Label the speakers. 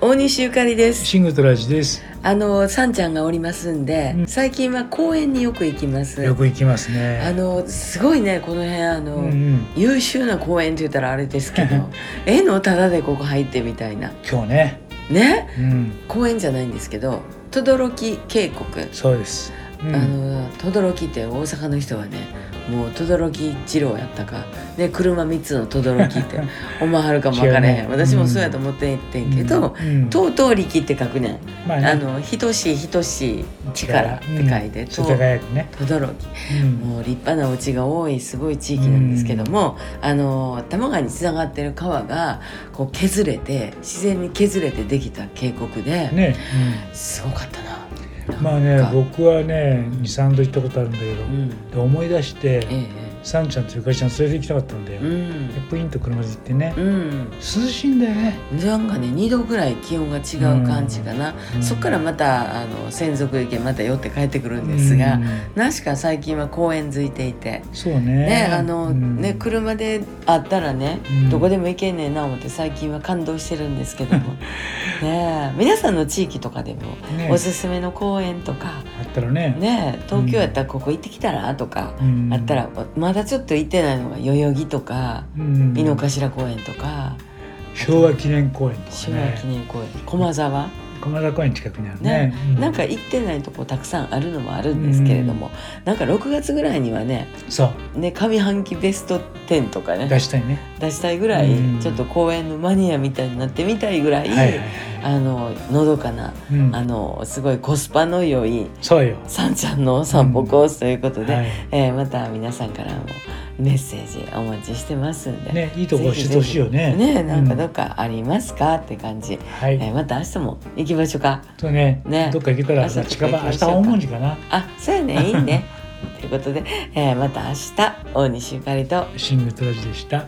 Speaker 1: 大西ゆかりです
Speaker 2: シングトラジです。
Speaker 1: あのさんちゃんがおりますんで、
Speaker 2: うん
Speaker 1: 最近は公園によく行きます
Speaker 2: よく行きます
Speaker 1: あ
Speaker 2: ね。
Speaker 1: のすごいねこの辺あの、
Speaker 2: うんうん、
Speaker 1: 優秀な公園って言ったらあれですけ どええのただでここ入ってみたいな
Speaker 2: 今日ね、
Speaker 1: ね
Speaker 2: うん、
Speaker 1: 公園じゃないんですけど轟渓谷、
Speaker 2: そうです。うん
Speaker 1: あの轟って大阪の人はねもう轟二郎やったか、ね、車3つの轟って 思わはるかも分からへん、
Speaker 2: 違うね
Speaker 1: 私もそうやと思ってんってんけど、
Speaker 2: うん
Speaker 1: とうとう力って書くねん。
Speaker 2: まあね
Speaker 1: あの等しい等しい力って書いて、
Speaker 2: うん
Speaker 1: と
Speaker 2: 世田谷区ね。
Speaker 1: とどろき
Speaker 2: うん
Speaker 1: もう立派なお家が多いすごい地域なんですけども、あの多摩川につながってる川がこう削れて自然に削れてできた渓谷で、
Speaker 2: ね、
Speaker 1: すごかったな。
Speaker 2: うんまあ
Speaker 1: な
Speaker 2: ね
Speaker 1: ん、か
Speaker 2: 僕はね、二三度行ったことあるんだけど
Speaker 1: う、ん、
Speaker 2: で思い出して
Speaker 1: え、え
Speaker 2: サンちゃんとゆかりちゃん連れて行きたかったんだよ
Speaker 1: う。ん、
Speaker 2: でプインと車で行ってね、
Speaker 1: うん、
Speaker 2: 涼しいんだよね。
Speaker 1: なんかね2度ぐらい気温が違う感じかな、
Speaker 2: うん
Speaker 1: そっからまたあの専属池また寄って帰ってくるんですが、
Speaker 2: うん
Speaker 1: 何しか最近は公園づいていて。
Speaker 2: そうね。
Speaker 1: ね、あの、
Speaker 2: うん
Speaker 1: ね、車で会ったらね、
Speaker 2: うん
Speaker 1: どこでも行けんねんな思って最近は感動してるんですけど もねえ皆さんの地域とかでも、
Speaker 2: ね
Speaker 1: おすすめの公園とか
Speaker 2: あったらね、
Speaker 1: ねえ東京やったらここ行ってきたらとか、
Speaker 2: うん
Speaker 1: あったらまだちょっと行ってないのが代々木とか
Speaker 2: うん
Speaker 1: 井の頭公園とか
Speaker 2: 昭和記念公園とか
Speaker 1: 昭和記
Speaker 2: ね
Speaker 1: 念公園駒沢、
Speaker 2: 駒田公園近くにあるね
Speaker 1: ね
Speaker 2: う
Speaker 1: なんか行ってないとこたくさんあるのもあるんですけれども、なんか6月ぐらいにはね
Speaker 2: そう
Speaker 1: ね上半期ベスト10とかね
Speaker 2: 出したいね、
Speaker 1: 出したいぐらい、
Speaker 2: うん
Speaker 1: ちょっと公園のマニアみたいになってみたいぐらい、
Speaker 2: はいはいはい
Speaker 1: あののどかな、
Speaker 2: うん
Speaker 1: あのすごいコスパの良い
Speaker 2: そうよ
Speaker 1: さんちゃんのお散歩コースということで、
Speaker 2: はい
Speaker 1: えーまた皆さんからもメッセージお待ちしてますんで。
Speaker 2: ねいいとこ
Speaker 1: ぜひぜ
Speaker 2: し
Speaker 1: ひ
Speaker 2: てほしいよね
Speaker 1: ねなんかど
Speaker 2: う
Speaker 1: っかありますか、って感じ、
Speaker 2: は
Speaker 1: え
Speaker 2: い、
Speaker 1: ーまた明日も行きましょうか
Speaker 2: とね
Speaker 1: ね
Speaker 2: どっか行けたら、
Speaker 1: 朝
Speaker 2: まあ、近
Speaker 1: 行
Speaker 2: 場明
Speaker 1: きましょ
Speaker 2: 日
Speaker 1: うか
Speaker 2: 大文字かな
Speaker 1: あそうや ねいいねということで、えーまた明日大西ゆかりと
Speaker 2: シングトラジでした